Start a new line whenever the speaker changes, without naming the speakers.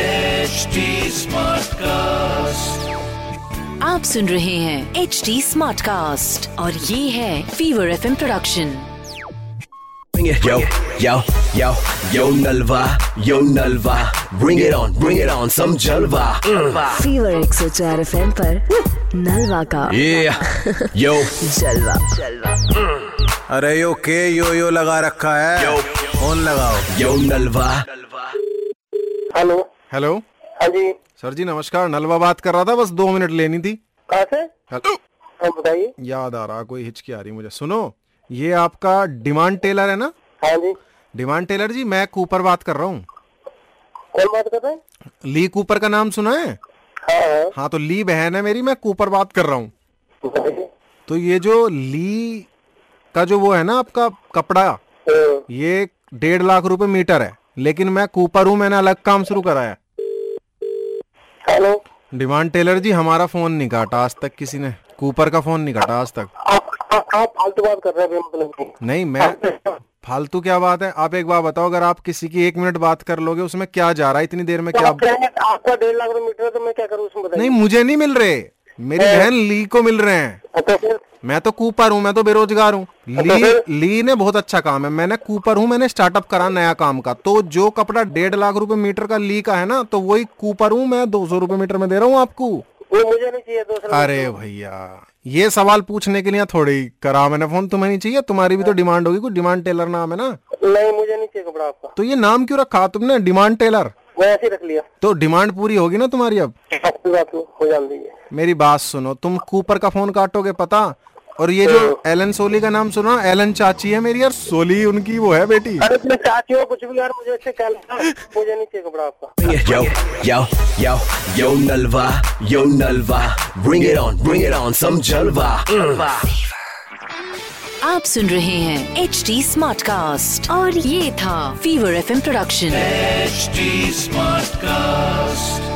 HD Smartcast.
आप सुन रहे हैं एच डी स्मार्ट कास्ट और ये है fever F production
Bring it. Yo, yo, yo, yo Nalva, yo Nalva. Bring it on, bring it on, some Jalva. Mm.
Fever एक सौ चार एफ एम नलवा का
Yeah, yo,
जलवा जलवा
अरे यो के यो यो लगा रखा है
Yo.
फोन लगाओ
yo Nalva.
हेलो
हेलो
हाँ जी
सर जी नमस्कार नलवा बात कर रहा था बस दो मिनट लेनी थी
कहाँ से
हेलो
हाँ बताइए
याद आ रहा कोई हिचकी आ रही मुझे सुनो ये आपका डिमांड टेलर है ना
हाँ जी
डिमांड टेलर जी मैं कूपर बात कर रहा हूँ
कौन बात कर रहे हैं
ली कूपर का नाम सुना है
हाँ हाँ
हाँ तो ली बहन है मेरी मैं कूपर बात कर रहा हूँ
बताइए
तो ये जो ली का जो वो है ना आपका कपड़ा
हाँ,
ये डेढ़ लाख रुपए मीटर है लेकिन मैं कूपर हूँ मैंने अलग काम शुरू कराया है
हेलो
डिमांड टेलर जी हमारा फोन नहीं काटा आज तक किसी ने कूपर का फोन नहीं काटा आज तक
आप आ- आप फालतू बात कर रहे हैं मतलब बेमतलब की।
नहीं मैं फालतू क्या बात है आप एक बार बताओ अगर आप किसी की एक मिनट बात कर लोगे उसमें क्या जा रहा है इतनी देर में
तो
क्या
आप कहेंगे आपका डेढ़ लाख रुपए मीटर है तो मैं क्या करूँ उसमें बताइए
नहीं मुझे नहीं मिल रहे मेरी बहन ली को मिल रहे हैं
अच्छा फिर
मैं तो कूपर हूँ मैं तो बेरोजगार हूँ ली ली ने बहुत अच्छा काम है मैंने कूपर हूँ मैंने स्टार्टअप करा नया काम का तो जो कपड़ा डेढ़ लाख रुपए मीटर का ली का है ना तो वही कूपर हूँ मैं दो सौ रुपए मीटर में दे रहा हूँ आपको
वो मुझे नहीं चाहिए तो दूसरा
अरे भैया ये सवाल पूछने के लिए थोड़ी करा मैंने फोन तुम्हें नहीं चाहिए तुम्हारी भी तो डिमांड होगी कोई डिमांड टेलर नाम है ना
नहीं मुझे नहीं चाहिए कपड़ा आपका
तो ये नाम क्यों रखा तुमने डिमांड टेलर
मैं ऐसे ही रख लिया
तो डिमांड पूरी होगी ना तुम्हारी अब
आपकी बात नहीं हो जान दीजिए
मेरी बात सुनो तुम कूपर का फोन काटोगे पता और ये जो एलन सोली का नाम सुना एलन चाची है मेरी यार सोली उनकी वो है बेटी
अरे अपने चाची हो कुछ भी यार मुझे अच्छे क्या लगता है? मुझे नहीं चाहिए कपड़ा आपका
Bring it. Yo, yo, yo, yo Nalva, yo Nalva. Bring it on, bring it on, some Jalva. Mm.
आप सुन रहे हैं एच डी स्मार्ट कास्ट और ये था fever F production
HD Smartcast.